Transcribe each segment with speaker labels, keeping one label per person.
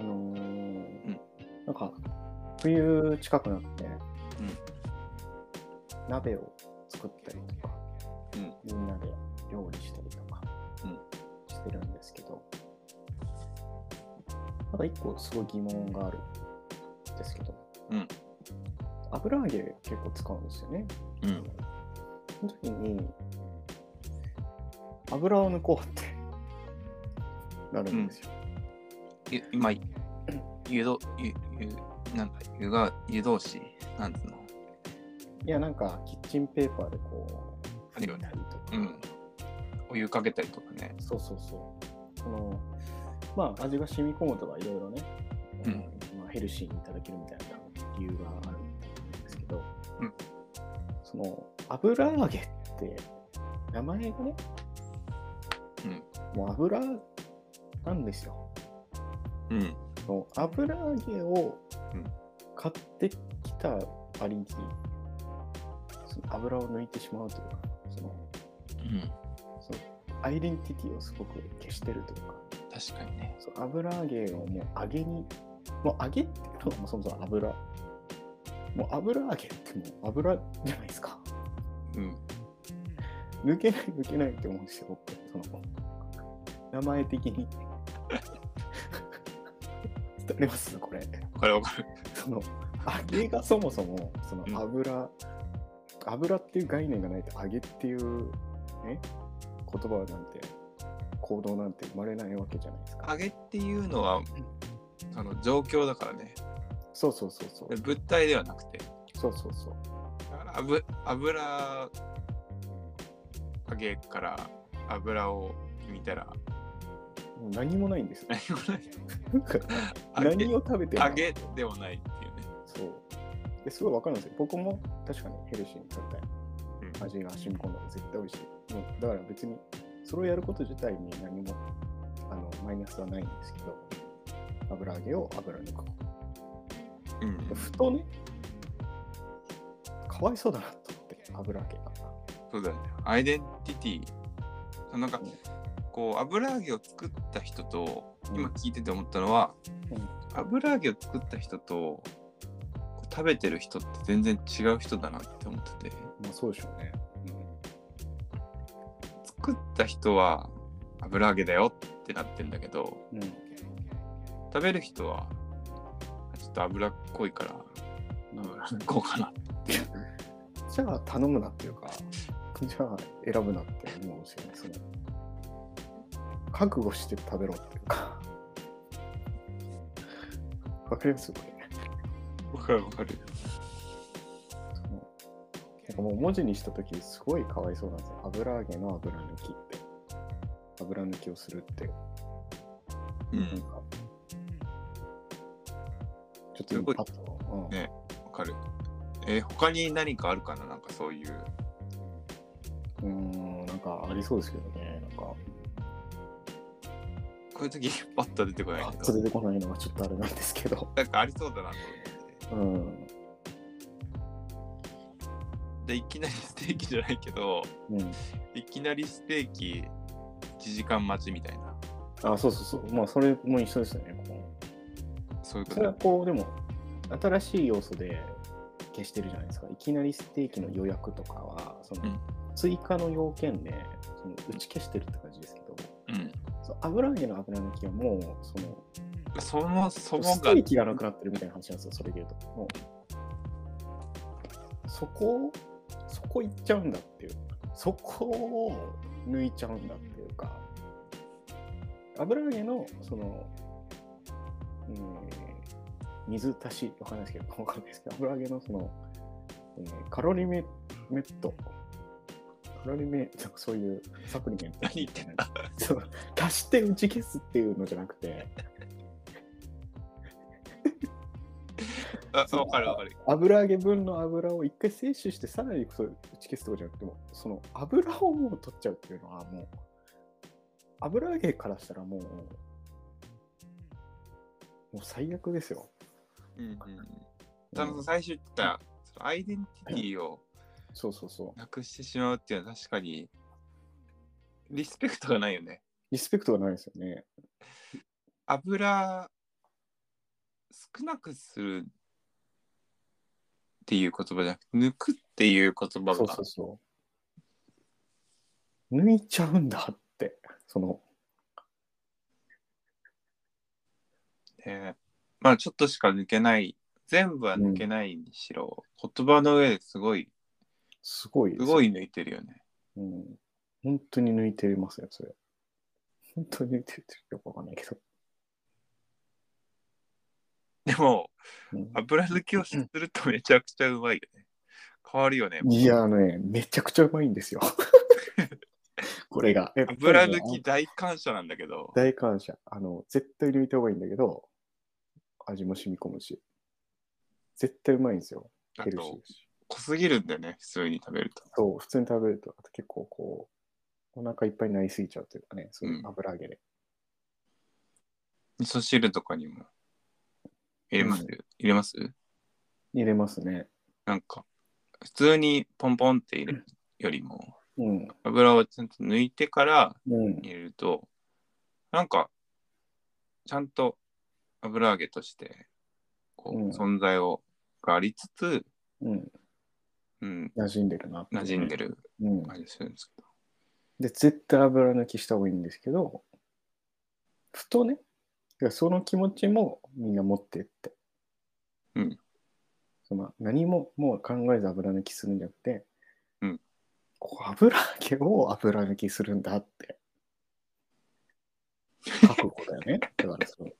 Speaker 1: あのー
Speaker 2: ん
Speaker 1: なんか冬近くなって、鍋を作ったりとか、
Speaker 2: うん
Speaker 1: みんなで料理したりとか
Speaker 2: うん
Speaker 1: してるんですけど、なんか一個すごい疑問があるんですけど、
Speaker 2: うん
Speaker 1: 油揚げ結構使うんですよね。
Speaker 2: うん
Speaker 1: その時に油を抜こうって なるんですよ。
Speaker 2: ゆ今湯ど湯湯なんか湯が湯通しなんつうの
Speaker 1: いやなんかキッチンペーパーでこう
Speaker 2: ある
Speaker 1: 拭
Speaker 2: よ
Speaker 1: い
Speaker 2: ね
Speaker 1: たりとか、
Speaker 2: うんお湯かけたりとかね
Speaker 1: そうそうそう。そのまあ味が染み込むとかいろいろね、
Speaker 2: うん
Speaker 1: まあ、ヘルシーにいただけるみたいな理由があると思うんですけど、
Speaker 2: うん
Speaker 1: その油揚げって名前がね、もう油なんですよ。
Speaker 2: うん
Speaker 1: その油揚げを
Speaker 2: うん
Speaker 1: 買ってきた割に、その油を抜いてしまうというか、その
Speaker 2: うん
Speaker 1: そのアイデンティティをすごく消してるというか、
Speaker 2: 確かにね
Speaker 1: その油揚げをもう揚げに、もう揚げっていうのがもうそもそも油。もう油揚げってもう油じゃないですか。
Speaker 2: うん
Speaker 1: 抜けない抜けないって思うんですよ、僕その名前的に。 伝わりますこれ。
Speaker 2: わかるわかる
Speaker 1: その揚げがそもそもその
Speaker 2: うん
Speaker 1: 油、油っていう概念がないと揚げっていうね言葉なんて行動なんて生まれないわけじゃないですか。
Speaker 2: 揚げっていうのはあの状況だからね
Speaker 1: そうそうそうそう
Speaker 2: で。物体ではなくて
Speaker 1: そうそうそう。
Speaker 2: だから油油揚げから油を見 たら
Speaker 1: もう何もない んですよ。
Speaker 2: 何もない揚げ
Speaker 1: 何を食べてるの
Speaker 2: 揚げでもないっていうね
Speaker 1: そう。ですごいわかるんですよ。僕も確かにヘルシーに食べたい。
Speaker 2: うん
Speaker 1: 味が染み込んだら絶対美味しい。もうだから別にそれをやること自体に何もあのマイナスはないんですけど、油揚げを油抜く。
Speaker 2: うん
Speaker 1: ふとね、かわいそうだなと思って、油揚げが。
Speaker 2: そうだよねアイデンティティそのなんか
Speaker 1: うん
Speaker 2: こう油揚げを作った人と今聞いてて思ったのは、
Speaker 1: うん
Speaker 2: 油揚げを作った人とこう食べてる人って全然違う人だなって思ってて
Speaker 1: まあそうでしょうね。
Speaker 2: 作った人は油揚げだよってなってんだけど
Speaker 1: うん。
Speaker 2: 食べる人はちょっと脂っこいから油っこうかな
Speaker 1: じゃあ頼むなっていうか、じゃあ選ぶなって思うんですよね。その覚悟して食べろっていうか。 わかりますこれ。
Speaker 2: わかるわかる
Speaker 1: そのなんかもう文字にしたとき、すごいかわいそうなんですよ。油揚げの油抜きって。油抜きをするって、
Speaker 2: う
Speaker 1: なん
Speaker 2: ん
Speaker 1: か。ちょっと今パッと。うん
Speaker 2: ねわかるえー他に何かあるかななんかそういう
Speaker 1: うーん、なんかありそうですけどね、なんか、
Speaker 2: こういう時パッと出てこない
Speaker 1: パ
Speaker 2: け
Speaker 1: ッ
Speaker 2: ど
Speaker 1: と出てこないのがちょっとあれなんです けど、
Speaker 2: なんかありそうだなと思って
Speaker 1: うん、
Speaker 2: でいきなりステーキじゃないけど
Speaker 1: うん、
Speaker 2: いきなりステーキ1時間待ちみたいな
Speaker 1: あ、そうそうそう、まあ、それも一緒ですよね、ここ
Speaker 2: そういうこ
Speaker 1: それは
Speaker 2: と
Speaker 1: こう、でも、新しい要素で消してるじゃないですか、いきなりステーキの予約とかは、その
Speaker 2: うん
Speaker 1: 追加の要件で、その打ち消してるって感じですけど、
Speaker 2: うん
Speaker 1: その油揚げの油抜きはもう、そ
Speaker 2: そ
Speaker 1: の、
Speaker 2: もそも
Speaker 1: ステ
Speaker 2: が
Speaker 1: ーキがなくなってるみたいな話なんですよ、それで言うと。もうそこを、そこ行っちゃうんだっていう。そこを抜いちゃうんだっていうか、油揚げの、その、えー水足し、わかんないですけど、わかんないですけど、油揚げのその、えーカロリーメメット、カロリーメ、なんかそういうサプリメント
Speaker 2: 何言ってんだ
Speaker 1: そう足して打ち消すっていうのじゃなくて、
Speaker 2: あわかるわかる
Speaker 1: 油揚げ分の油を一回摂取してさらにそれ打ち消すとかじゃなくてもその油をもう取っちゃうっていうのはもう油揚げからしたらもうもう最悪ですよ。
Speaker 2: うんうん
Speaker 1: う
Speaker 2: その
Speaker 1: ん、
Speaker 2: 最初言ってたそのアイデンティティを
Speaker 1: そうそうそ
Speaker 2: なくしてしまうっていうのは確かにリスペクトがないよね。
Speaker 1: リスペクトがないですよね。
Speaker 2: 油少なくするっていう言葉じゃなくて抜くっていう言葉
Speaker 1: そう
Speaker 2: が
Speaker 1: そうそう。抜いちゃうんだって、その、
Speaker 2: ねまあちょっとしか抜けない全部は抜けないにしろ、言葉の上ですごい
Speaker 1: すごいです
Speaker 2: す
Speaker 1: よ
Speaker 2: ごい抜いてるよね
Speaker 1: うん。本当に抜いてますよ、それ。本当に抜いてるってよくわかんないけど。
Speaker 2: でも
Speaker 1: うん
Speaker 2: 油抜きをするとめちゃくちゃうまいよね変わるよね
Speaker 1: いや、あのね、めちゃくちゃうまい んですよ。これが。やっぱりね
Speaker 2: 油抜き大感謝なんだけど
Speaker 1: 大感謝。あの、絶対抜いた方がいいんだけど、味も染み込むし。絶対うまいんですよ。
Speaker 2: あ
Speaker 1: ヘルシー
Speaker 2: と
Speaker 1: だし。
Speaker 2: 濃すぎるんだよね普通に食べると
Speaker 1: そう、普通に食べると、あと結構こう、お腹いっぱいになりすぎちゃうというかね、そういう油揚げで。
Speaker 2: 味噌汁とかにも入れます、
Speaker 1: うん
Speaker 2: 入れます
Speaker 1: 入れますね。
Speaker 2: なんか普通にポンポンって入れるよりも
Speaker 1: うん。
Speaker 2: 油をちゃんと抜いてから
Speaker 1: うん。
Speaker 2: 入れるとなんかちゃんと油揚げとしてこう、
Speaker 1: うん
Speaker 2: 存在をがありつつ、
Speaker 1: うん。
Speaker 2: うん、
Speaker 1: 馴染んでるなっていう
Speaker 2: 馴染んでる
Speaker 1: うん。
Speaker 2: 感じするんですけど、
Speaker 1: で、絶対油抜きした方がいいんですけど、ふとね、だからその気持ちもみんな持ってって。
Speaker 2: うん。
Speaker 1: その何ももう考えず油抜きするんじゃなくて、
Speaker 2: うん。
Speaker 1: こう油揚げを油抜きするんだって。覚悟だよね。だからそう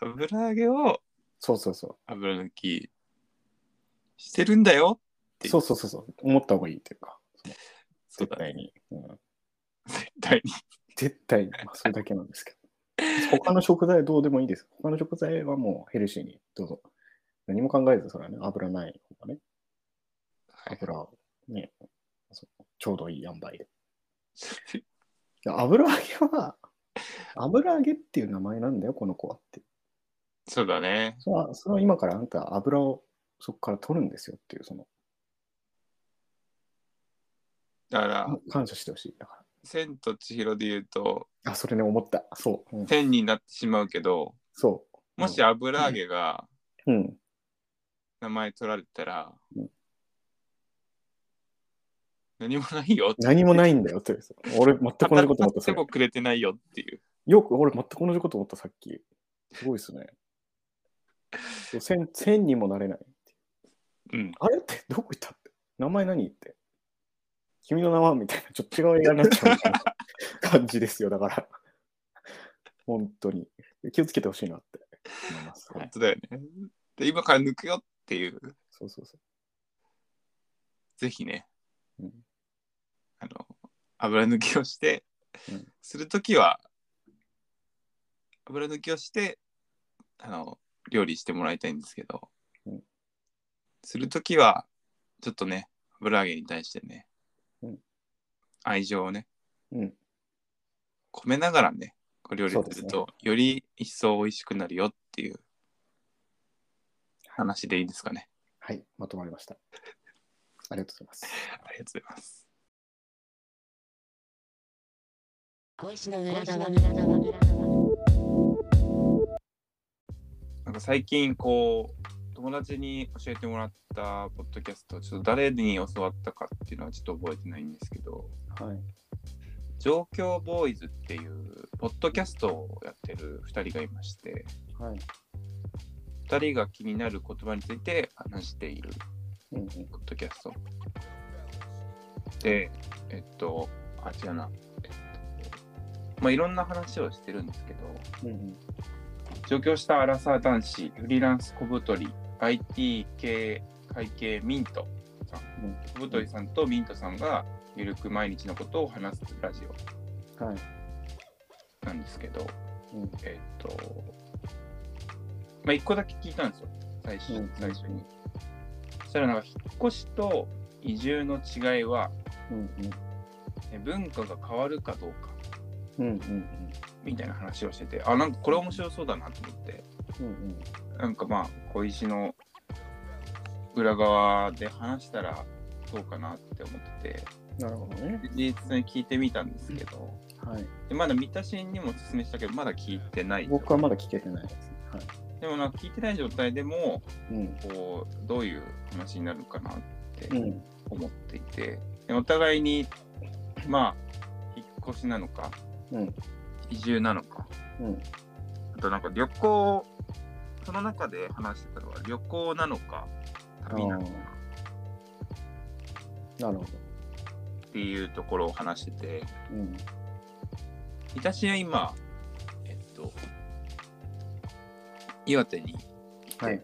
Speaker 2: 油揚げを
Speaker 1: そうそうそ
Speaker 2: 油抜きしてるんだよ
Speaker 1: う。そうそうそうそう。思った方がいいというか、
Speaker 2: そう
Speaker 1: 絶
Speaker 2: だね
Speaker 1: 対に。うん、
Speaker 2: 絶対に
Speaker 1: 絶対に、まあ、それだけなんですけど。他の食材はどうでもいいです。他の食材はもうヘルシーに、どうぞ。何も考えず、それはね、油ない方がね、
Speaker 2: はい
Speaker 1: 油をね、そうちょうどいい塩梅で。いや油揚げは、油揚げっていう名前なんだよ、この子はって。
Speaker 2: そうだね
Speaker 1: それはそれは今からあんた油をそこから取るんですよっていう、その、
Speaker 2: だから、
Speaker 1: 感謝してほしい。だか
Speaker 2: 千と千尋で言うと
Speaker 1: ら。あ、それね、思った。そう。うん
Speaker 2: 千になってしまうけど
Speaker 1: そ
Speaker 2: もし油揚げが
Speaker 1: う。うん。
Speaker 2: 名前取られたら、
Speaker 1: うん
Speaker 2: 何もないよって
Speaker 1: 何もないんだよって。俺、全く同じこと思っ
Speaker 2: 戦
Speaker 1: た。それ
Speaker 2: ってもくれてないよっていう
Speaker 1: よく、俺、全く同じこと思った、さっき。すごいですね。そう千千にもなれない。
Speaker 2: うん
Speaker 1: あれって、どこ行ったって。名前何って。君の名はみたいな、ちょっと違う映画になっちゃうみたいな感じですよ、だから。本当に。気をつけてほしいなって思います。
Speaker 2: 本当だよねで今から抜くよっていう
Speaker 1: そうそうそ
Speaker 2: ぜひね、
Speaker 1: うん
Speaker 2: あの油抜きをして、
Speaker 1: うん
Speaker 2: するときは油抜きをしてあの料理してもらいたいんですけど、
Speaker 1: うん
Speaker 2: するときはちょっとね油揚げに対してね、
Speaker 1: うん
Speaker 2: 愛情をね
Speaker 1: う。うん。
Speaker 2: 込めながらねこう料理
Speaker 1: そうです
Speaker 2: す
Speaker 1: ね
Speaker 2: ると、より一層美味しくなるよっていう話でいいですかね。
Speaker 1: はい、まとまりました。ありがとうございます。
Speaker 2: ありがとうございます。
Speaker 3: 小石の裏側。
Speaker 2: なんか最近こう友達に教えてもらったポッドキャストちょっと誰に教わったかっていうのはちょっと覚えてないんですけど
Speaker 1: はい。
Speaker 2: 「状況ボーイズ」っていうポッドキャストをやってる2人がいまして
Speaker 1: はい。
Speaker 2: 2人が気になる言葉について話している
Speaker 1: うんうん。
Speaker 2: ポッドキャストでえっとあ違うな、えっとまあ、いろんな話をしてるんですけど
Speaker 1: うんうん。
Speaker 2: 上京したアラサー男子フリーランス小太り IT 系会計ミントさん
Speaker 1: うん
Speaker 2: 小太りさんとミントさんがゆるく毎日のことを話すラジ
Speaker 1: はい。
Speaker 2: オなんですけど、
Speaker 1: うん
Speaker 2: えっとまあ一個だけ聞いたんですよ最初,、
Speaker 1: うん
Speaker 2: 最初にそしたらなんか引っ越しと移住の違いは
Speaker 1: うん
Speaker 2: え文化が変わるかどうか
Speaker 1: うん。うんうん
Speaker 2: みたいな話をしててあなんかこれ面白そうだなと思って
Speaker 1: うん。うん
Speaker 2: なんかまあ小石の裏側で話したらどうかなって思ってて
Speaker 1: なるほどね。
Speaker 2: 事実に聞いてみたんですけど、
Speaker 1: はい。
Speaker 2: でまだ三田新にもお勧めしたけど、まだ聞いてない。
Speaker 1: 僕はまだ聞けてないですね。はい。
Speaker 2: でもなんか聞いてない状態でも、
Speaker 1: うん。
Speaker 2: こう、どういう話になるかなって
Speaker 1: うん。
Speaker 2: 思っていて、でお互いに、まあ、引っ越しなのか、
Speaker 1: うん。
Speaker 2: 移住なのか、
Speaker 1: うん。
Speaker 2: あとなんか旅行、その中で話してたのは旅行なのか、旅なのか
Speaker 1: なる
Speaker 2: っ
Speaker 1: ほど。
Speaker 2: ていうところを話してて、
Speaker 1: うん。
Speaker 2: 私は今、えっと、岩手に、
Speaker 1: はい。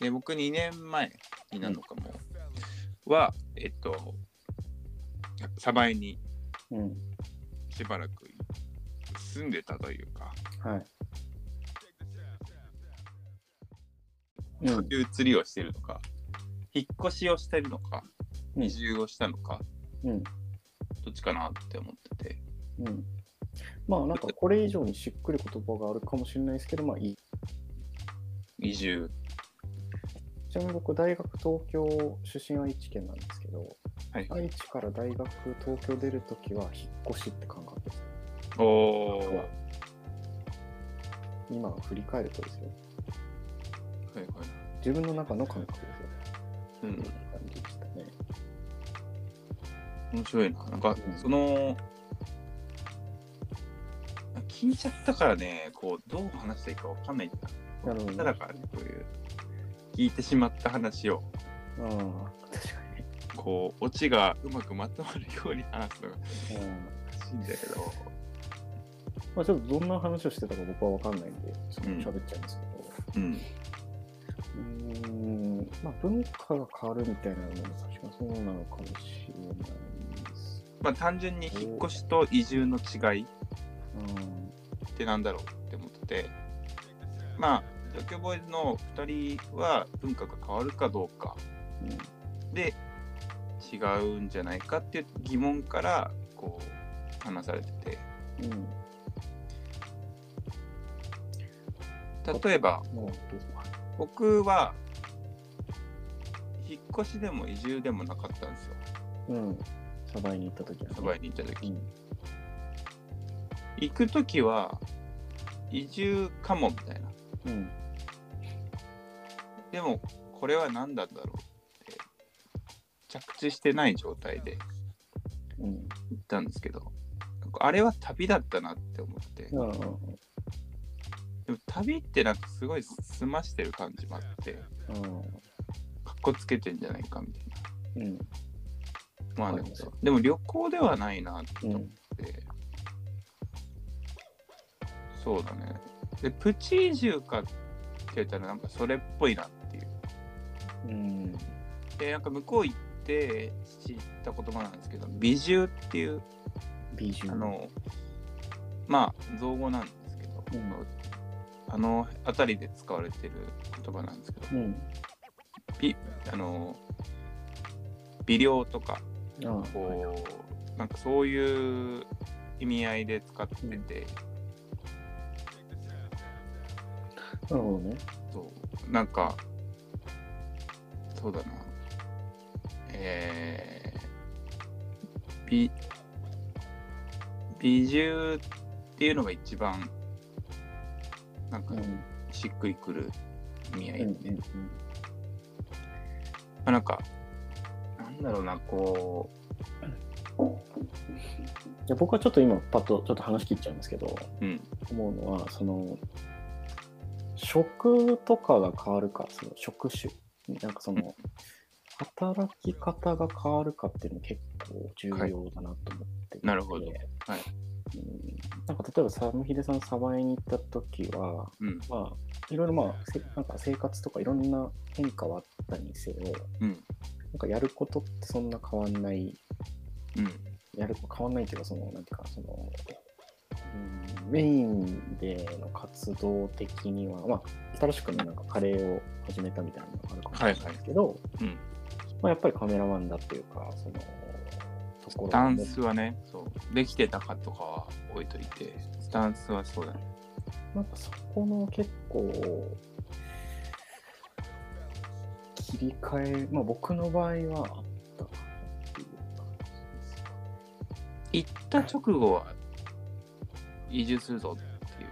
Speaker 2: で僕2年前になるのかも、は、えっと、鯖江に
Speaker 1: うん。
Speaker 2: しばらく住んでたというか、
Speaker 1: はい。うん。
Speaker 2: そういう釣りをしてるのか、引っ越しをしてるのか、
Speaker 1: うん
Speaker 2: 移住をしたのか、
Speaker 1: うん。
Speaker 2: どっちかなって思ってて、
Speaker 1: うん。まあなんかこれ以上にしっくり言葉があるかもしれないですけど、まあいい。
Speaker 2: 移住。
Speaker 1: ちなみに僕、大学東京、出身は愛知県なんですけど、
Speaker 2: はい
Speaker 1: 愛知から大学東京出るときは引っ越しって感覚です。
Speaker 2: おお。は
Speaker 1: 今振り返るとですよ。
Speaker 2: いはい。
Speaker 1: 自分の中の感覚ですよ。
Speaker 2: うん
Speaker 1: って、いう感じでしたね。
Speaker 2: 面白いな。なんか
Speaker 1: う、ん
Speaker 2: その、聞いちゃったからね、こう、どう話していいかわかんないんだ。
Speaker 1: なるほどね
Speaker 2: ただからね、こういう、聞いてしまった話を、
Speaker 1: ああ、確か
Speaker 2: こう、オチがうまくまとまるように話すのが
Speaker 1: に。うん
Speaker 2: 難しいんだけど、
Speaker 1: まあちょっとどんな話をしてたか僕は分かんないんで、ちょっと
Speaker 2: うん
Speaker 1: 喋っちゃいますけど。
Speaker 2: うん。
Speaker 1: うーんまあ、文化が変わるみたいなのも確かそうなのかもしれないです。
Speaker 2: まあ、単純に引っ越しと移住の違いっ
Speaker 1: うん
Speaker 2: てなんだろうって思ってて、まあ、ジョケボーイズの2人は文化が変わるかどうかで違うんじゃないかっていう疑問からこう話されてて
Speaker 1: うんうん
Speaker 2: 例えば
Speaker 1: もうどうぞ
Speaker 2: 僕は引っ越しでも移住でもなかったんですよ
Speaker 1: うん。サバイに行った時は、ね。
Speaker 2: サバイに行った
Speaker 1: う
Speaker 2: 時
Speaker 1: ん。
Speaker 2: 行く時は移住かもみたいな
Speaker 1: うん。
Speaker 2: でもこれは何なんだろうって着地してない状態で
Speaker 1: うん。
Speaker 2: 行ったんですけどなんかあれは旅だったなって思って
Speaker 1: うん。
Speaker 2: でも旅ってなんかすごい済ましてる感じもあってかっこつけてんじゃないかみたいな
Speaker 1: うん。
Speaker 2: まあ
Speaker 1: はい
Speaker 2: でもでも旅行ではないなって
Speaker 1: う
Speaker 2: 思っ
Speaker 1: ん。
Speaker 2: て、そうだねでプチ移住かって言ったらなんかそれっぽいなっていう
Speaker 1: うん。
Speaker 2: でなんか向こう行って知った言葉なんですけど美住っていう
Speaker 1: 美女。
Speaker 2: あ、のまあ造語なんですけど、
Speaker 1: うん
Speaker 2: あの辺りで使われてる言葉なんですけど
Speaker 1: うん。
Speaker 2: びあの微量とか
Speaker 1: ああ。
Speaker 2: こうなんかそういう意味合いで使ってて、
Speaker 1: なるほどね。
Speaker 2: そうなんかそうだなえー、美美獣っていうのが一番なん
Speaker 1: う
Speaker 2: か
Speaker 1: ん。うん。
Speaker 2: しっくりくる意味合いで、
Speaker 1: うん。
Speaker 2: まあ、なんかなんだろうなこ
Speaker 1: いや僕はちょっと今、パッとちょっと話切っちゃいますけど、
Speaker 2: ううん
Speaker 1: 思うのは、その、食とかが変わるか、その職種、なんかその、働き方が変わるかっていうの結構重要だなと思っていて
Speaker 2: なるほどはい
Speaker 1: うんなんか例えば、サムヒデさん、鯖江に行った時は、
Speaker 2: うん
Speaker 1: まあ、いろいろまあ、せなんか生活とかいろんな変化はあったにせよ、
Speaker 2: うん
Speaker 1: なんかやることってそんな変わんない
Speaker 2: うん
Speaker 1: やる変わんないというかそのなんていうかその、うん、メインでの活動的にはまあ新しくねなんかカレーを始めたみたいなのがあるかもしれないですけど、
Speaker 2: いうん
Speaker 1: まあ、やっぱりカメラマンだっていうかそのところ
Speaker 2: ダ
Speaker 1: を
Speaker 2: ン
Speaker 1: ね
Speaker 2: スはねそうできてたかとかは置いといてスタンスはそうだね
Speaker 1: なんかそこの結構切り替えまあ僕の場合はあったかなっていう感じ
Speaker 2: 行った直後は移住するぞっていう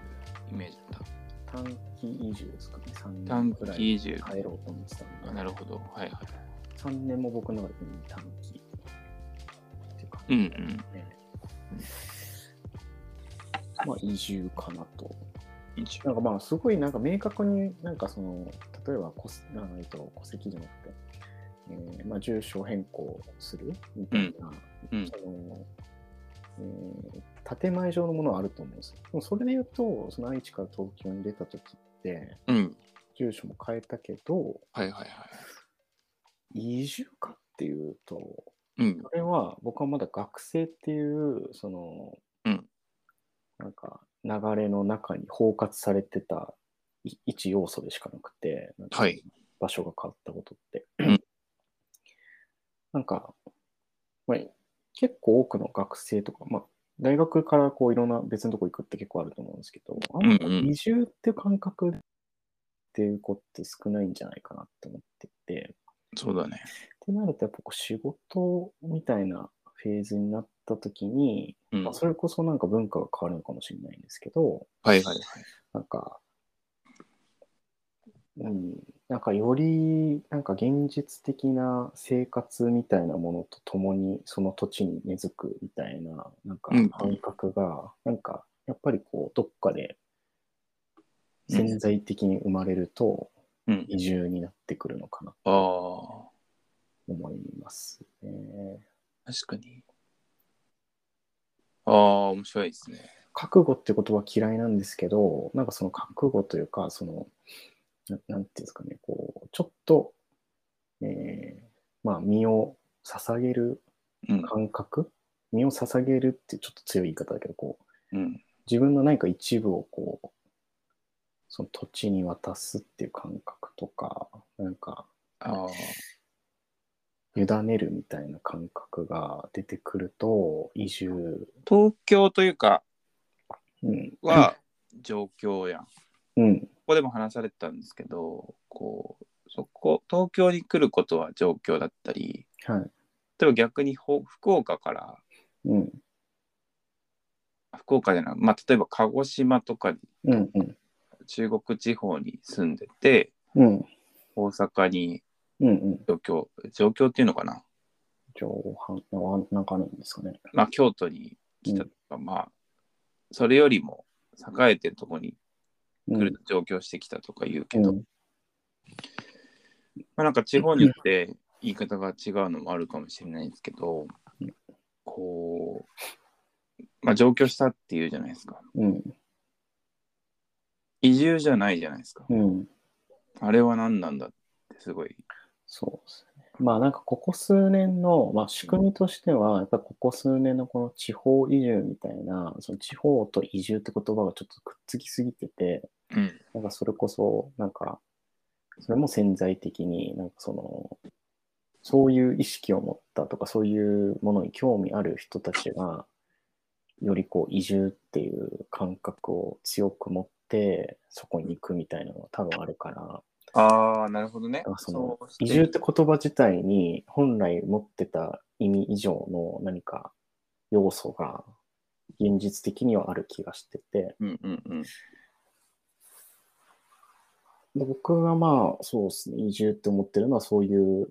Speaker 2: イメージだっ
Speaker 1: 短期移住ですかね、3
Speaker 2: た。
Speaker 1: 年
Speaker 2: 短
Speaker 1: くらい
Speaker 2: 期移住。
Speaker 1: 帰ろうと思ってたんで、
Speaker 2: なるほど。はいはい。
Speaker 1: 3年も僕の中で短期っていう感
Speaker 2: うんう
Speaker 1: じです
Speaker 2: ん。
Speaker 1: ね。まあ移住かなと。
Speaker 2: 移住。
Speaker 1: なんかまあすごいなんか明確になんかその例えば戸籍あの、えっと、戸籍じゃなくて、えーまあ、住所変更するみたいな、
Speaker 2: うん
Speaker 1: そのえー建前上のものはあると思うんですよ。でもそれで言うとその愛知から東京に出た時って
Speaker 2: うん。
Speaker 1: 住所も変えたけど
Speaker 2: はいはいはい。
Speaker 1: 移住かっていうと
Speaker 2: うん
Speaker 1: そ。れは僕はまだ学生っていうその、
Speaker 2: うん
Speaker 1: なんか流れの中に包括されてたい一要素でしかなくて、なんか
Speaker 2: はい
Speaker 1: 場所が変わったことって。
Speaker 2: うん
Speaker 1: なんか、まあ、結構多くの学生とか、まあ、大学からこういろんな別のとこ行くって結構あると思うんですけど、あんま
Speaker 2: うんうん
Speaker 1: 移住っていう感覚っていう子って少ないんじゃないかなって思ってて。
Speaker 2: そうだね。
Speaker 1: ってなると、やっぱこう仕事みたいなフェーズになった時に、
Speaker 2: うん。
Speaker 1: ま
Speaker 2: は
Speaker 1: あ
Speaker 2: い
Speaker 1: それこそなんか文化が変わるのかもしれないんですけど、
Speaker 2: はいはい。
Speaker 1: なんか、うん、なんかよりなんか現実的な生活みたいなものとともにその土地に根付くみたいななんか
Speaker 2: うん
Speaker 1: 感覚が、なんかやっぱりこうどっかで潜在的に生まれると
Speaker 2: うん。
Speaker 1: 移住になってくるのかな
Speaker 2: ああ。
Speaker 1: と思いますね。
Speaker 2: 確かに。ああ、面白いですね。
Speaker 1: 覚悟って言葉嫌いなんですけどなんかその覚悟というかそのななんていうんですかねこうちょっと、えーまあ身を捧げる
Speaker 2: うん。
Speaker 1: 感覚身を捧げるってちょっと強い言い方だけどこう
Speaker 2: うん。
Speaker 1: 自分の何か一部をこうその土地に渡すっていう感覚とかなんか
Speaker 2: ああ。
Speaker 1: 委ねるみたいな感覚が出てくると移住、
Speaker 2: 東京というか、
Speaker 1: うん、
Speaker 2: は状況やん。こ
Speaker 1: うん
Speaker 2: こでも話されてたんですけど、こう、そこ、東京に来ることは状況だったり、
Speaker 1: はい
Speaker 2: 例えば逆にほ福岡から、
Speaker 1: うん
Speaker 2: 福岡じゃない、まあ、例えば鹿児島とかに
Speaker 1: うんうん
Speaker 2: 中国地方に住んでて、
Speaker 1: うん
Speaker 2: 大阪に
Speaker 1: うんうん
Speaker 2: 上京、上京っていうのかな、
Speaker 1: 上半はなんかあるんですかね。
Speaker 2: まあ、京都に来たとか、まあ、それよりも栄えてるとこに
Speaker 1: う
Speaker 2: 来る
Speaker 1: ん。
Speaker 2: と上京してきたとか言うけ
Speaker 1: う
Speaker 2: ど、
Speaker 1: ん、
Speaker 2: まあ、なんか地方によって言い方が違うのもあるかもしれないんですけど
Speaker 1: うん、
Speaker 2: こう、まあ、上京したっていうじゃないですか。
Speaker 1: うん。
Speaker 2: 移住じゃないじゃないですか。
Speaker 1: うん。
Speaker 2: あれは何なんだってすごい。
Speaker 1: そうですね。まあなんかここ数年の、まあ、仕組みとしては、やっぱりここ数年のこの地方移住みたいな、その地方と移住って言葉がちょっとくっつきすぎてて、
Speaker 2: うん。
Speaker 1: なんかそれこそ、なんか、それも潜在的に、なんかその、そういう意識を持ったとか、そういうものに興味ある人たちが、よりこう移住っていう感覚を強く持って、そこに行くみたいなのが多分あるから、
Speaker 2: ああ、なるほどね
Speaker 1: あ。その
Speaker 2: うして
Speaker 1: 移住って言葉自体に本来持ってた意味以上の何か要素が現実的にはある気がしてて、
Speaker 2: うんうんうん。
Speaker 1: で僕がまあそうですね、移住って思ってるのはそういう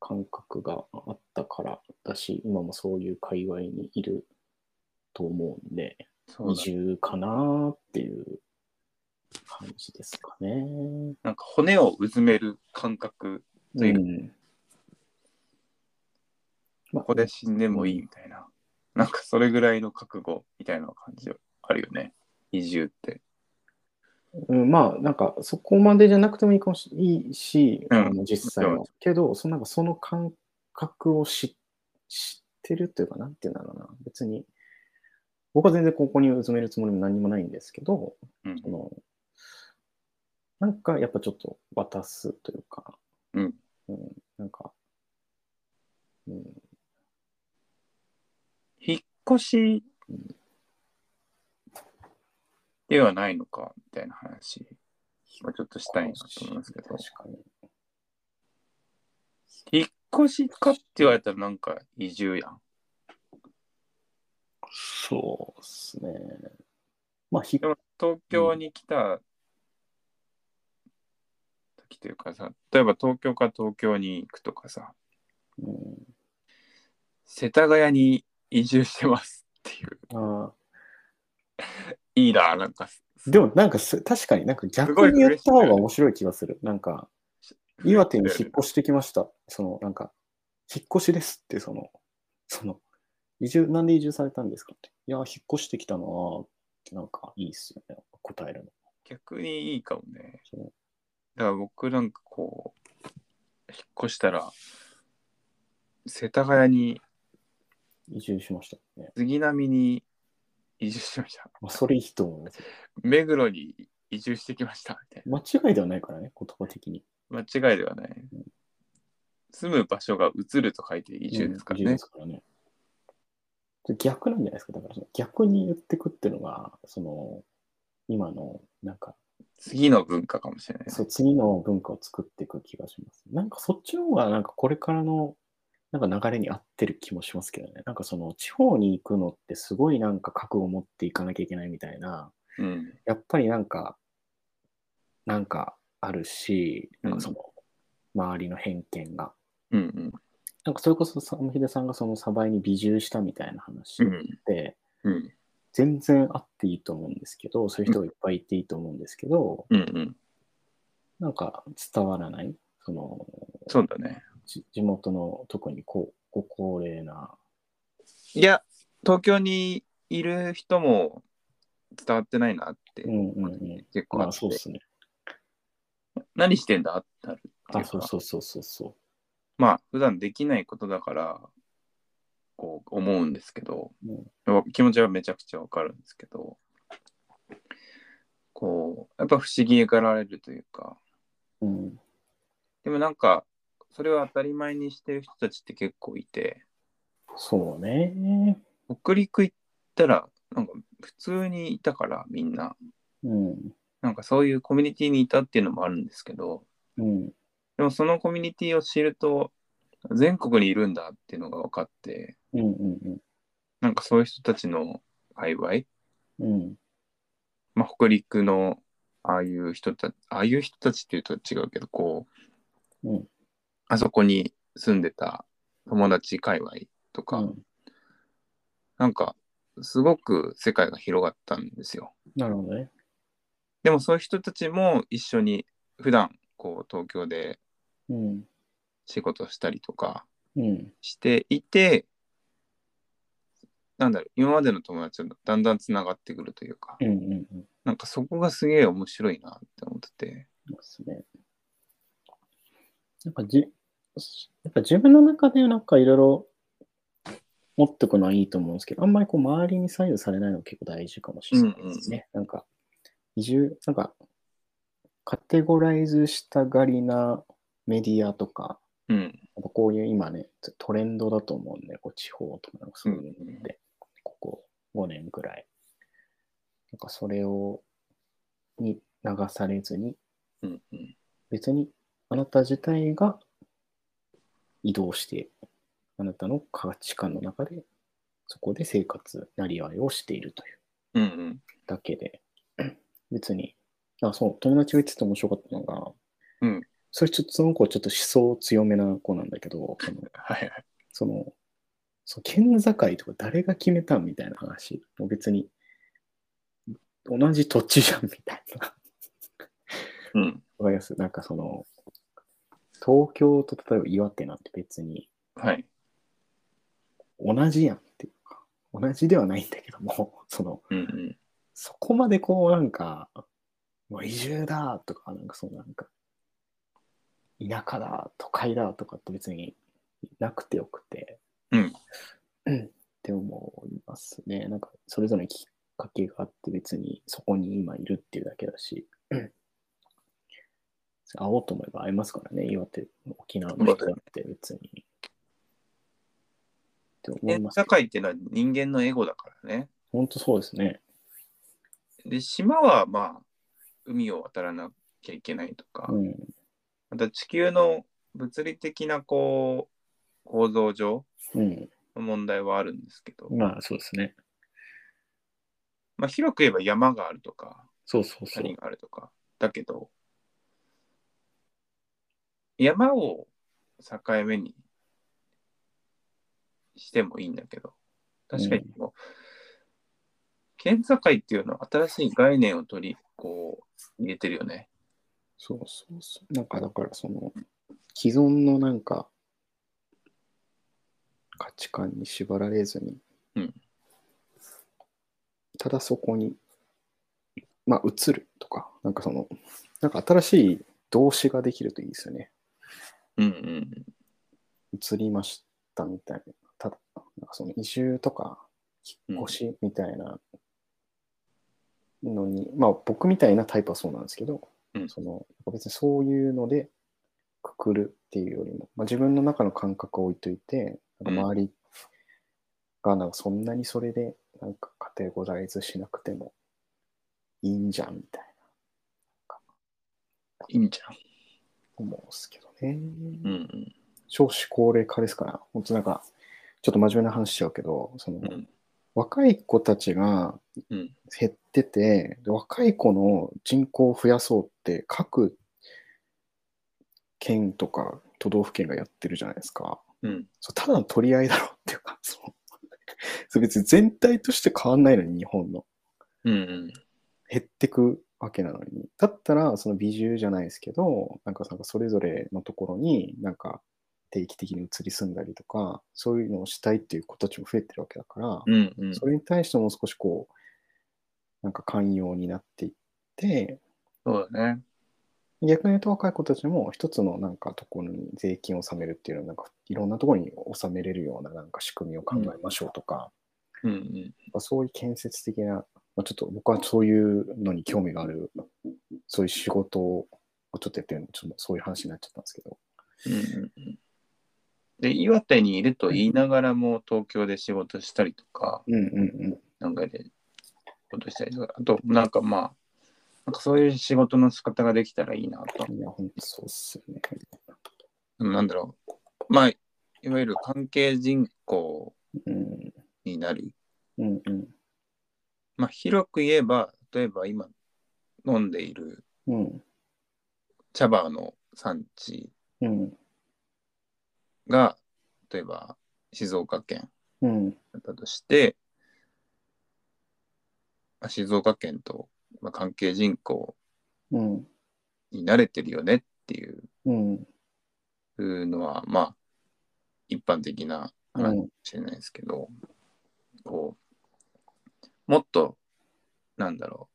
Speaker 1: 感覚があったからだし、今もそういう界隈にいると思うんで、
Speaker 2: そう
Speaker 1: 移
Speaker 2: だ
Speaker 1: 住かなっていう感じですかね。
Speaker 2: なんか骨をうずめる感覚、というん
Speaker 1: まあ
Speaker 2: ここで死んでもいいみたいな。なんかそれぐらいの覚悟みたいな感じあるよね。移住って。
Speaker 1: うん、まあなんかそこまでじゃなくてもいいかもしいいし、
Speaker 2: うん
Speaker 1: あの実際
Speaker 2: も
Speaker 1: は。けどそのなんかその感覚を知知ってるというかなんていうんだろうな別に僕は全然ここにうずめるつもりも何もないんですけど
Speaker 2: うん
Speaker 1: そ。のなんかやっぱちょっと渡すというか、
Speaker 2: うん
Speaker 1: うんなんか、うん、
Speaker 2: 引っ越しではないのかみたいな話もちょっとしたいなと思いますけど
Speaker 1: 確かに
Speaker 2: 引っ越しかって言われたらなんか移住やん
Speaker 1: そうですね。まあ、ひ
Speaker 2: でも東京に来た時というかさ、例えば東京から東京に行くとかさ、
Speaker 1: うん、
Speaker 2: 世田谷に移住してますっていう。
Speaker 1: あ
Speaker 2: いいな、なんかす。
Speaker 1: ーでも、なんかす、確かになんか
Speaker 2: ご
Speaker 1: 逆
Speaker 2: い
Speaker 1: に言った方
Speaker 2: 嬉しい
Speaker 1: が面白い気がする。なんか、岩手に引っ越してきました。その、なんか、引っ越しですって、その、その、移住、なんで移住されたんですかって。いや、引っ越してきたなーって、なんか、いいっすよね。答えるの。
Speaker 2: 逆にいいかもね
Speaker 1: そう。
Speaker 2: だから僕なんかこう、引っ越したら、世田谷に、
Speaker 1: 移住しましたね。
Speaker 2: 杉並に移住してました。
Speaker 1: まあ、それいいと思います。
Speaker 2: 目黒に移住してきました。みたい
Speaker 1: 間違いではないからね、言葉的に。
Speaker 2: な間違いではない。住む場所が移ると書いて移住ですから
Speaker 1: 移住
Speaker 2: ね
Speaker 1: で。すからね。逆なんじゃないですか。だからその逆に言ってくっていうのが、その、今の、なんか、
Speaker 2: 次の文化かもしれない。
Speaker 1: そう、次の文化を作っていく気がします。なんかそっちの方が、なんかこれからの、なんか流れに合ってる気もしますけどね。なんかその、地方に行くのってすごいなんか覚悟を持っていかなきゃいけないみたいな、
Speaker 2: うん。
Speaker 1: やっぱりなんか、なんかあるし、なんかその、周りの偏見が。
Speaker 2: うん
Speaker 1: なんかそれこそ、サムヒデさんがそのサバイに美住したみたいな話
Speaker 2: う
Speaker 1: っ
Speaker 2: ん。
Speaker 1: て、
Speaker 2: うん。うん。
Speaker 1: 全然あっていいと思うんですけど、そういう人がいっぱいいていいと思うんですけど、
Speaker 2: うんうん。
Speaker 1: なんか伝わらない、その、
Speaker 2: そうだね。
Speaker 1: じ地元の特にこうご高齢な、
Speaker 2: いや、東京にいる人も伝わってないなって、
Speaker 1: うんうんうん。
Speaker 2: 結構あ
Speaker 1: ま
Speaker 2: っ
Speaker 1: あ
Speaker 2: て
Speaker 1: そうですね。
Speaker 2: 何してんだってなるってい
Speaker 1: あ、
Speaker 2: う
Speaker 1: そう
Speaker 2: か
Speaker 1: そうそうそうそ
Speaker 2: まあ普段できないことだからこう思うんですけど、気持ちはめちゃくちゃわかるんですけどこうやっぱ不思議がられるというか
Speaker 1: う。うん。
Speaker 2: でもなんかそれを当たり前にしてる人たちって結構いて
Speaker 1: そうね。
Speaker 2: 北陸行ったらなんか普通にいたからみんな
Speaker 1: うん。
Speaker 2: なんかそういうコミュニティにいたっていうのもあるんですけど、
Speaker 1: うん。
Speaker 2: でもそのコミュニティを知ると、全国にいるんだっていうのが分かって、
Speaker 1: うんうん
Speaker 2: なんかそういう人たちの界隈、
Speaker 1: うん。うん。
Speaker 2: まあ、北陸のああいう人たち、ああいう人たちっていうと違うけど、こう、
Speaker 1: うん
Speaker 2: あそこに住んでた友達界隈とか、
Speaker 1: うん
Speaker 2: なんかすごく世界が広がったんですよ。
Speaker 1: なるほどね。
Speaker 2: でもそういう人たちも一緒に普段こう東京で
Speaker 1: うん。
Speaker 2: 仕事したりとか、
Speaker 1: うん。
Speaker 2: していて、なんだろう、今までの友達とだんだんつながってくるというか
Speaker 1: うんう、んうん。
Speaker 2: なんかそこがすげえ面白いなって思ってて、
Speaker 1: ですね。なんかじ、やっぱ自分の中でなんかいろいろ持っておくのはいいと思うんですけど、あんまりこう周りに左右されないのが結構大事かもしれないですね。なんか、移住、なんか、カテゴライズしたがりなメディアとか、
Speaker 2: うん、
Speaker 1: やっぱこういう今ね、トレンドだと思うんで、こう地方とかなんかそういうの
Speaker 2: うん
Speaker 1: で、ここ5年ぐらい。なんかそれを、に流されずに、
Speaker 2: うん、うん、
Speaker 1: 別にあなた自体が移動して、あなたの価値観の中で、そこで生活、なりわいをしているという
Speaker 2: うん、うん
Speaker 1: だけで、 別に、あ、そう、友達が言ってて面白かったのが、
Speaker 2: うん
Speaker 1: それちょっとその子はちょっと思想強めな子なんだけど、その、
Speaker 2: はいはい。
Speaker 1: その、その県境とか誰が決めたんみたいな話、もう別に、同じ土地じゃんみたいな。
Speaker 2: うん、
Speaker 1: わかりますなんかその、東京と例えば岩手なんて別に
Speaker 2: はい。
Speaker 1: 同じやんっていうか、同じではないんだけども、 その、
Speaker 2: うん、うん、
Speaker 1: そこまでこうなんか、もう移住だとか、なんかそうなんか、田舎だ、都会だとかって別になくてよくて、
Speaker 2: うん
Speaker 1: うん。って思いますね。なんかそれぞれのきっかけがあって別にそこに今いるっていうだけだし、うん会おうと思えば会えますからね、岩手、沖縄の人だって別に。って思い
Speaker 2: え
Speaker 1: ますけ
Speaker 2: 社
Speaker 1: ど。
Speaker 2: 会っていうのは人間のエゴだからね。
Speaker 1: 本当そうですね。
Speaker 2: で、島はまあ、海を渡らなきゃいけないとか、
Speaker 1: うん。
Speaker 2: また地球の物理的なこう、構造上
Speaker 1: うん。
Speaker 2: の問題はあるんですけど、
Speaker 1: まあそうですね。
Speaker 2: まあ、広く言えば山があるとか、
Speaker 1: そうそうそう
Speaker 2: 谷。があるとか、だけど、山を境目にしてもいいんだけど、確かにもう、県境っていうのは新しい概念を取り、こう、入れてるよね。
Speaker 1: そうそうそう。なんかだからその既存のなんか価値観に縛られずに、
Speaker 2: うん
Speaker 1: ただそこに、まあ映るとか、なんかその、なんか新しい動詞ができるといいですよね。
Speaker 2: うんうん。
Speaker 1: 移りましたみたいな。ただ、なんかその移住とか、引っ越しみたいなのに、まあ僕みたいなタイプはそうなんですけど、
Speaker 2: うん
Speaker 1: その別にそういうのでくくるっていうよりも、まあ、自分の中の感覚を置いといて、なんか周りがなんかそんなにそれでなんかカテゴライズしなくてもいいんじゃんみたい
Speaker 2: いいんじゃん。
Speaker 1: な思うんですけど
Speaker 2: う
Speaker 1: ね。
Speaker 2: んうん。
Speaker 1: 少子高齢化ですから、本当なんか、ちょっと真面目な話しちゃうけど、その、
Speaker 2: うん
Speaker 1: 若い子たちが
Speaker 2: うん
Speaker 1: 減ってて、で若い子の人口を増やそうって、各県とか都道府県がやってるじゃないですか。
Speaker 2: うん。
Speaker 1: そうただの取り合いだろっていう か、そのそう別に全体として変わんないのに、日本の。
Speaker 2: うんうん。
Speaker 1: 減ってくわけなのに。だったら、その美獣じゃないですけど、なんかなんかそれぞれのところに、なんか定期的に移り住んだりとか、そういうのをしたいっていう子たちも増えてるわけだから、
Speaker 2: うんうん。
Speaker 1: それに対してもう少しこう、なんか寛容になっていって、
Speaker 2: そうだね。
Speaker 1: 逆に言うと若い子たちも一つのなんかところに税金を納めるっていうのは、なんかいろんなところに納めれるようななんか仕組みを考えましょうとか、
Speaker 2: うんうん。
Speaker 1: やっぱそういう建設的な、まあ、ちょっと僕はそういうのに興味がある、そういう仕事をちょっとやってるんで、ちょっとそういう話になっちゃったんですけど。
Speaker 2: うんうんうんで岩手にいると言いながらも東京で仕事したりとか
Speaker 1: うんうん
Speaker 2: なんかで仕事したりとかあとなんかまあなんかそういう仕事の仕方ができたらいいなと
Speaker 1: うん。いや、本当そうっすよね。
Speaker 2: でもなんだろうまあいわゆる関係人口
Speaker 1: うん。
Speaker 2: になる、
Speaker 1: うんうん。
Speaker 2: まあ、広く言えば例えば今飲んでいる
Speaker 1: うん。
Speaker 2: 茶葉の産地
Speaker 1: うん。
Speaker 2: が例えば静岡県
Speaker 1: うん。
Speaker 2: だったとして、まあ静岡県と、まあ、関係人口
Speaker 1: うん。
Speaker 2: に慣れてるよねっていう
Speaker 1: うん。
Speaker 2: のは、まあ、一般的な
Speaker 1: う
Speaker 2: 話かも
Speaker 1: ん。
Speaker 2: しれないですけど、こう、もっと、なんだろ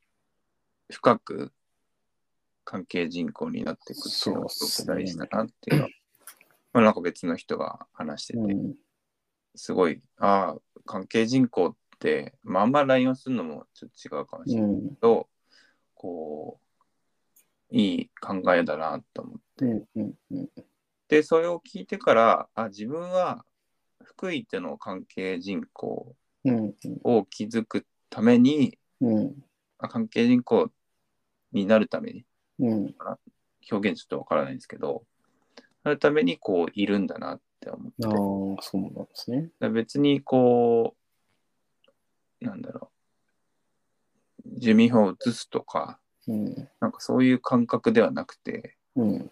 Speaker 2: う、深く関係人口になっていくっていうのがすごく大事だなっていうのは、まあ、なんか別の人が話してて、
Speaker 1: うん。
Speaker 2: すごい、ああ、関係人口って、まあ、あんま LINE をするのもちょっと違うかもしれないけど、こう、いい考えだなと思っ
Speaker 1: うん。うん。うん。
Speaker 2: て、それを聞いてから、あ、自分は福井での関係人口
Speaker 1: うん。
Speaker 2: を築くために、
Speaker 1: うん。
Speaker 2: あ関係人口になるために、
Speaker 1: うん。
Speaker 2: 表現ちょっとわからないんですけど、なるために、こう、いるんだなって思って
Speaker 1: ああ、そうなんです
Speaker 2: だ
Speaker 1: ね。
Speaker 2: から別にこうなんだろう住民票を移すとか
Speaker 1: うん。
Speaker 2: なんかそういう感覚ではなくて
Speaker 1: うん。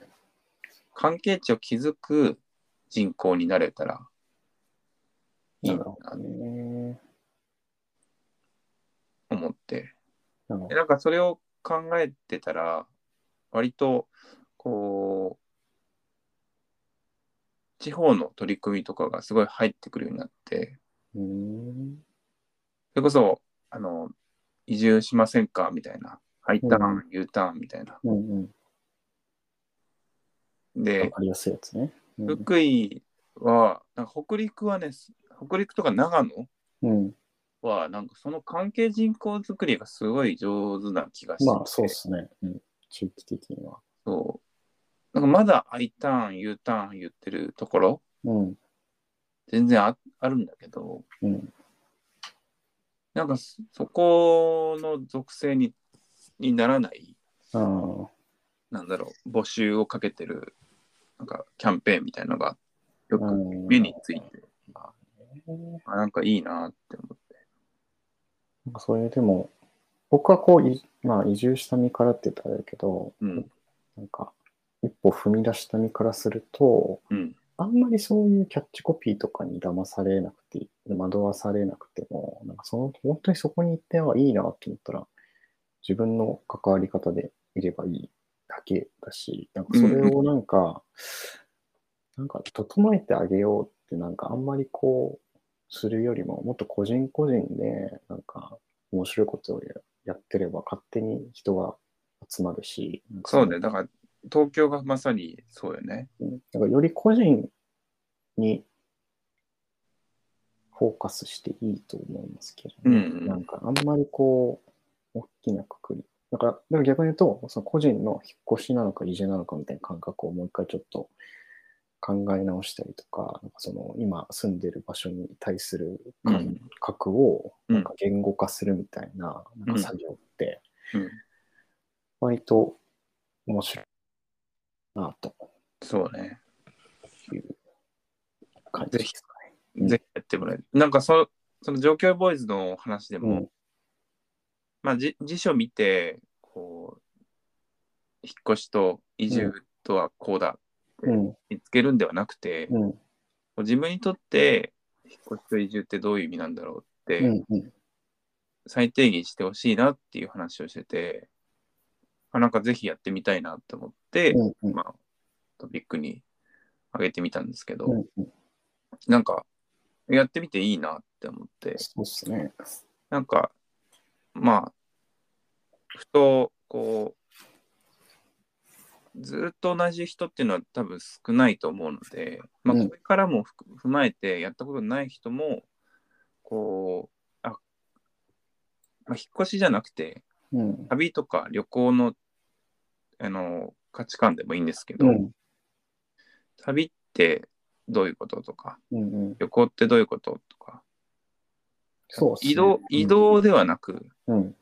Speaker 2: 関係値を築く人口になれたらいい
Speaker 1: なる
Speaker 2: なと
Speaker 1: ほどね。
Speaker 2: 思って
Speaker 1: なるほ
Speaker 2: でなんかそれを考えてたら割とこう地方の取り組みとかがすごい入ってくるようになって
Speaker 1: ど。うん。
Speaker 2: それこそあの移住しませんかみたいなハイターン、U ターンみたいな
Speaker 1: うんうん。わ
Speaker 2: で、
Speaker 1: かりやすいやつね。うん。
Speaker 2: 福井は、なんか北陸はね、す北陸とか長野
Speaker 1: うん、
Speaker 2: は、なんかその関係人口づくりがすごい上手な気がして、
Speaker 1: まあ、そうですね。うん。地域的には。
Speaker 2: そうなんかまだ I ターン、U ターン言ってるところ、
Speaker 1: うん。
Speaker 2: 全然ああるんだけど、
Speaker 1: うん。
Speaker 2: なんかそそこの属性ににならない、
Speaker 1: ああ。
Speaker 2: なんだろう、募集をかけてる、なんかキャンペーンみたいなのが、よ
Speaker 1: う
Speaker 2: く
Speaker 1: ん
Speaker 2: 目について、
Speaker 1: なん
Speaker 2: あなんかいいなって思って。
Speaker 1: かそれでも、僕はこう、いまあ、移住した身からって言ったらあれだけど、
Speaker 2: うん。
Speaker 1: なんか、一歩踏み出した身からすると、
Speaker 2: うん。
Speaker 1: あんまりそういうキャッチコピーとかに騙されなくて、惑わされなくても、なんかその本当にそこに行ってはいいなと思ったら、自分の関わり方でいればいいだけだし、なんかそれをなんか、なんか整えてあげようって、なんかあんまりこう、するよりも、もっと個人個人で、なんか面白いことをややってれば勝手に人が集まるし、なんか
Speaker 2: そうね。だから、東京がまさにそうよね。
Speaker 1: うんなんかより個人にフォーカスしていいと思いますけど、
Speaker 2: うん
Speaker 1: ね
Speaker 2: うん
Speaker 1: なんかあんまりこう、大きなくくり。だからだから逆に言うと、その個人の引っ越しなのか移住なのかみたいな感覚をもう一回ちょっと考え直したりとか、なんかその今住んでる場所に対する感覚を
Speaker 2: うん
Speaker 1: なんか言語化するみたいななんか作業って
Speaker 2: うん、
Speaker 1: 割と面白いなと
Speaker 2: そうね。
Speaker 1: いう感じですかね。うん
Speaker 2: ぜひやってもらえる。なんかそ、その状況ボーイズの話でも、
Speaker 1: うん
Speaker 2: まあ、じ辞書見て、こう、引っ越しと移住とはこうだ、
Speaker 1: うん
Speaker 2: 見つけるんではなくて、こ
Speaker 1: うん
Speaker 2: う自分にとって、引っ越しと移住ってどういう意味なんだろうって、
Speaker 1: うんうん
Speaker 2: 再定義してほしいなっていう話をしてて、あなんかぜひやってみたいなと思って、
Speaker 1: うんうん
Speaker 2: まあ、トピックに上げてみたんですけど、
Speaker 1: うんうん
Speaker 2: なんか、やってみていいなって思って、
Speaker 1: そうですね。
Speaker 2: なんか、まあ、ふと、こう、ずっと同じ人っていうのは多分少ないと思うので、まあ、
Speaker 1: うん
Speaker 2: これからもふく踏まえてやったことない人も、こう、あ、まあ、引っ越しじゃなくて、
Speaker 1: うん
Speaker 2: 旅とか旅行の、あの、価値観でもいいんですけど、
Speaker 1: うん
Speaker 2: 旅ってどういうこととか、
Speaker 1: うんうん
Speaker 2: 旅行ってどういうこととか、
Speaker 1: そうっすね
Speaker 2: 移動、移動ではなく、
Speaker 1: うん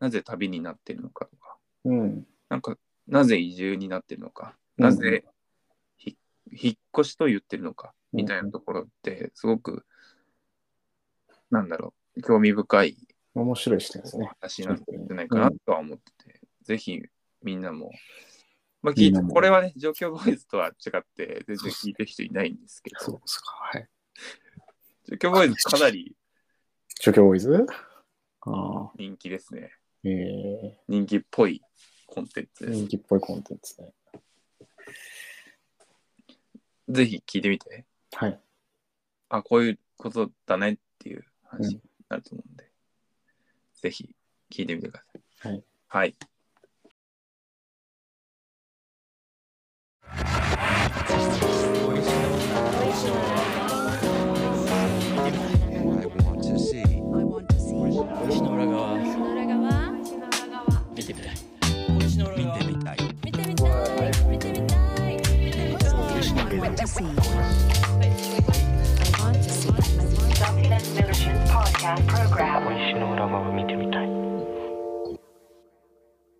Speaker 2: なぜ旅になってるのかとか、
Speaker 1: うん
Speaker 2: なんか、なぜ移住になってるのか、
Speaker 1: うん
Speaker 2: なぜひ、引っ越しと言ってるのか、みたいなところって、すごく、なんだろう、興味深い
Speaker 1: 面白い視点ですね。
Speaker 2: 話なんじゃないかなとは思ってて、ぜひみんなも、まあ、聞
Speaker 1: み
Speaker 2: い
Speaker 1: ん
Speaker 2: て
Speaker 1: なも
Speaker 2: これはね、状況ボーイズとは違って、全然聞いてる人いないんですけ
Speaker 1: そう
Speaker 2: ど、
Speaker 1: ですか。はい。
Speaker 2: 状況ボーイズかなり
Speaker 1: 除去ボーイズああ、
Speaker 2: 人気ですね。
Speaker 1: ええ
Speaker 2: 人気っぽいコンテンツです。
Speaker 1: 人気っぽいコンテンツね。
Speaker 2: ぜひ聞いてみて。
Speaker 1: はい。
Speaker 2: あ、こういうことだねっていう話になると思うんで、ぜひ聞いてみてください。
Speaker 1: はい。
Speaker 2: はい。
Speaker 4: want to see. I want to see. 星の裏側
Speaker 5: 星の裏側
Speaker 4: 見てみたい。星の裏側見てみたい。
Speaker 5: 見てみたい見てみたい見てみたい
Speaker 6: Podcast program.
Speaker 7: 星の裏側見てみたい。